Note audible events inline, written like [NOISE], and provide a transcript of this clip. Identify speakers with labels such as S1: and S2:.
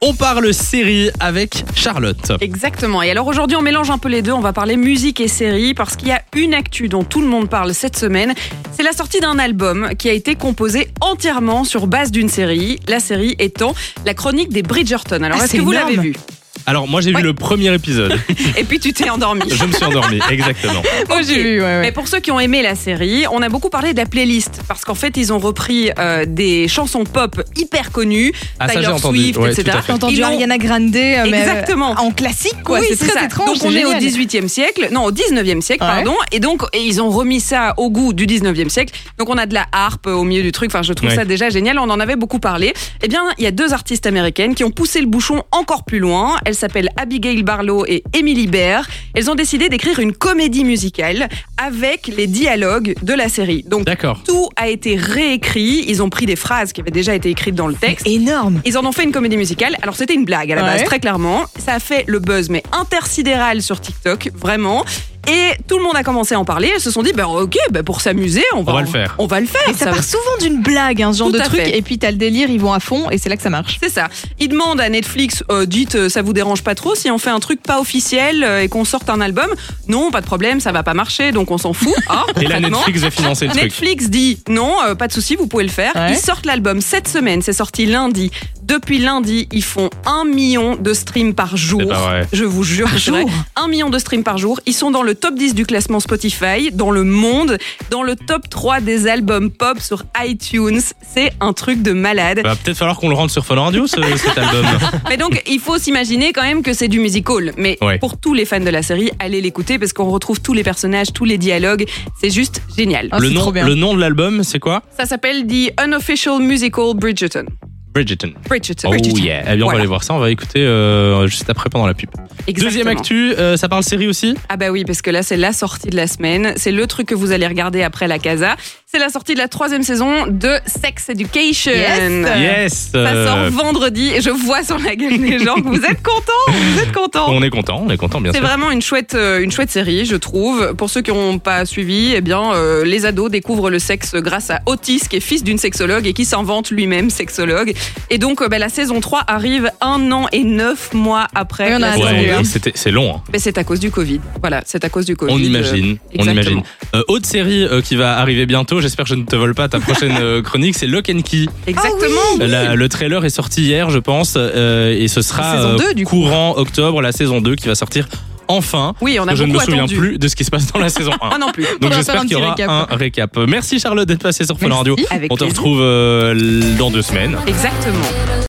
S1: On parle série avec Charlotte.
S2: Exactement. Et alors aujourd'hui, on mélange un peu les deux. On va parler musique et série parce qu'il y a une actu dont tout le monde parle cette semaine. C'est la sortie d'un album qui a été composé entièrement sur base d'une série. La série étant la chronique des Bridgerton. Alors
S3: Ah,
S2: est-ce
S3: c'est
S2: que vous l'avez
S3: énorme.
S2: vu
S1: Alors moi j'ai
S2: Oui.
S1: vu le premier épisode.
S2: Et puis tu t'es
S1: [LAUGHS]
S2: endormi.
S1: Je me suis endormi, exactement.
S3: Moi
S2: Ok.
S3: j'ai vu, ouais,
S2: Mais
S3: ouais.
S2: pour ceux qui ont aimé la série, on a beaucoup parlé de la playlist parce qu'en fait, ils ont repris euh, des chansons pop hyper connues,
S1: Ah, ça, j'ai
S2: Tyler
S1: entendu.
S2: Swift,
S1: Ouais,
S2: etc.
S1: tout à fait.
S3: J'ai entendu
S2: Ils l'ont-
S3: Ariana Grande, euh, mais
S2: Exactement.
S3: euh, en classique quoi,
S2: Oui,
S3: c'est très
S2: ça.
S3: étrange.
S2: Donc
S3: c'est
S2: on est au
S3: génial.
S2: 18e siècle, non au 19e siècle,
S3: Ouais.
S2: pardon, et donc et ils ont remis ça au goût du 19e siècle. Donc on a de la harpe au milieu du truc, enfin je trouve
S1: Ouais.
S2: ça déjà génial, on en avait beaucoup parlé. Eh bien, il y a deux artistes américaines qui ont poussé le bouchon encore plus loin. Elles s'appellent Abigail Barlow et Emily Baer. Elles ont décidé d'écrire une comédie musicale avec les dialogues de la série. Donc
S1: D'accord.
S2: tout a été réécrit, ils ont pris des phrases qui avaient déjà été écrites dans le texte.
S3: Énorme.
S2: Ils en ont fait une comédie musicale. Alors c'était une blague à la
S3: Ouais.
S2: base, très clairement. Ça a fait le buzz, mais intersidéral sur TikTok, vraiment. Et tout le monde a commencé à en parler. Elles se sont dit, ben ok, ben pour s'amuser, on va,
S1: On va le faire.
S2: On va le faire.
S3: Et Ah, ça
S2: ça va-
S3: part souvent d'une blague, hein, ce genre
S2: Tout
S3: de
S2: à
S3: truc,
S2: fait.
S3: et puis t'as le délire, ils vont à fond, et c'est là que ça marche.
S2: C'est ça. Ils demandent à Netflix, euh, dites, euh, ça vous dérange pas trop si on fait un truc pas officiel euh, et qu'on sorte un album Non, pas de problème, ça va pas marcher, donc on s'en fout. Ah,
S1: [LAUGHS] Et là
S2: concrètement.
S1: Netflix a financé le truc.
S2: Netflix dit non, euh, pas de souci, vous pouvez le faire.
S3: Ouais.
S2: Ils sortent l'album cette semaine, c'est sorti lundi. Depuis lundi, ils font un million de streams par jour.
S1: C'est pas vrai.
S2: Je vous jure, c'est vrai.
S3: jour
S2: un million de streams par jour. Ils sont dans le top 10 du classement Spotify, dans le monde, dans le top 3 des albums pop sur iTunes. C'est un truc de malade.
S1: Va peut-être falloir qu'on le rende sur Fun Radio ce- cet
S2: [LAUGHS]
S1: album.
S2: Mais donc, il faut s'imaginer quand même que c'est du musical. Mais
S1: Bah. Ouais.
S2: pour tous les fans de la série, allez l'écouter parce qu'on retrouve tous les personnages, tous les dialogues. C'est juste génial.
S3: Ah,
S1: le,
S3: c'est
S1: nom,
S3: trop bien.
S1: le nom de l'album c'est quoi
S2: Ça s'appelle The Unofficial Musical Bridgerton.
S1: Bridgerton.
S2: Bridgerton.
S1: Oh
S2: Bridgerton.
S1: yeah. Eh bien on va
S2: Voilà.
S1: aller voir ça, on va écouter euh, juste après pendant la pub. Deuxième
S2: Exactement.
S1: actu, euh, ça parle série aussi
S2: Ah bah oui, parce que là, c'est la sortie de la semaine. C'est le truc que vous allez regarder après la casa. C'est la sortie de la troisième saison de Sex Education.
S3: Yes. Euh,
S1: Yes
S2: Ça sort
S1: euh,
S2: vendredi et je vois sur la gueule des gens que vous êtes contents, vous êtes contents.
S1: On est content, on est content bien
S2: C'est
S1: sûr.
S2: vraiment une chouette, euh, une chouette série, je trouve. Pour ceux qui n'ont pas suivi, eh bien, euh, les ados découvrent le sexe grâce à Otis, qui est fils d'une sexologue et qui s'invente lui-même sexologue. Et donc, euh, bah, la saison 3 arrive un an et neuf mois après
S3: Oui, on a
S2: la
S3: hâte de
S2: saison
S3: voir.
S1: Ouais,
S3: hein.
S1: et c'était- c'est long. hein.
S2: Mais c'est à cause du Covid. Voilà, c'est à cause du Covid.
S1: On imagine, on
S2: euh, exactement.
S1: imagine. Euh, autre série euh, qui va arriver bientôt, j'espère que je ne te vole pas ta prochaine euh, chronique, c'est Lock and Key.
S2: Euh, Exactement.
S3: Ah
S1: La- le trailer est sorti hier, je pense, euh, et ce sera
S3: La saison
S1: euh,
S3: deux, du coup.
S1: courant octobre, la saison 2 qui va sortir enfin.
S2: Oui, on a
S1: je ne me
S2: beaucoup
S1: souviens
S2: attendu.
S1: plus de ce qui se passe dans la saison 1.
S2: Moi non plus.
S1: Donc
S3: Faudra
S1: j'espère
S3: faire un
S1: qu'il y aura
S3: petit récap.
S1: un récap. Merci Charlotte d'être passée sur Fun
S3: Merci.
S1: Radio.
S2: Avec
S1: on te
S2: plaisir.
S1: retrouve euh, dans deux semaines.
S2: Exactement.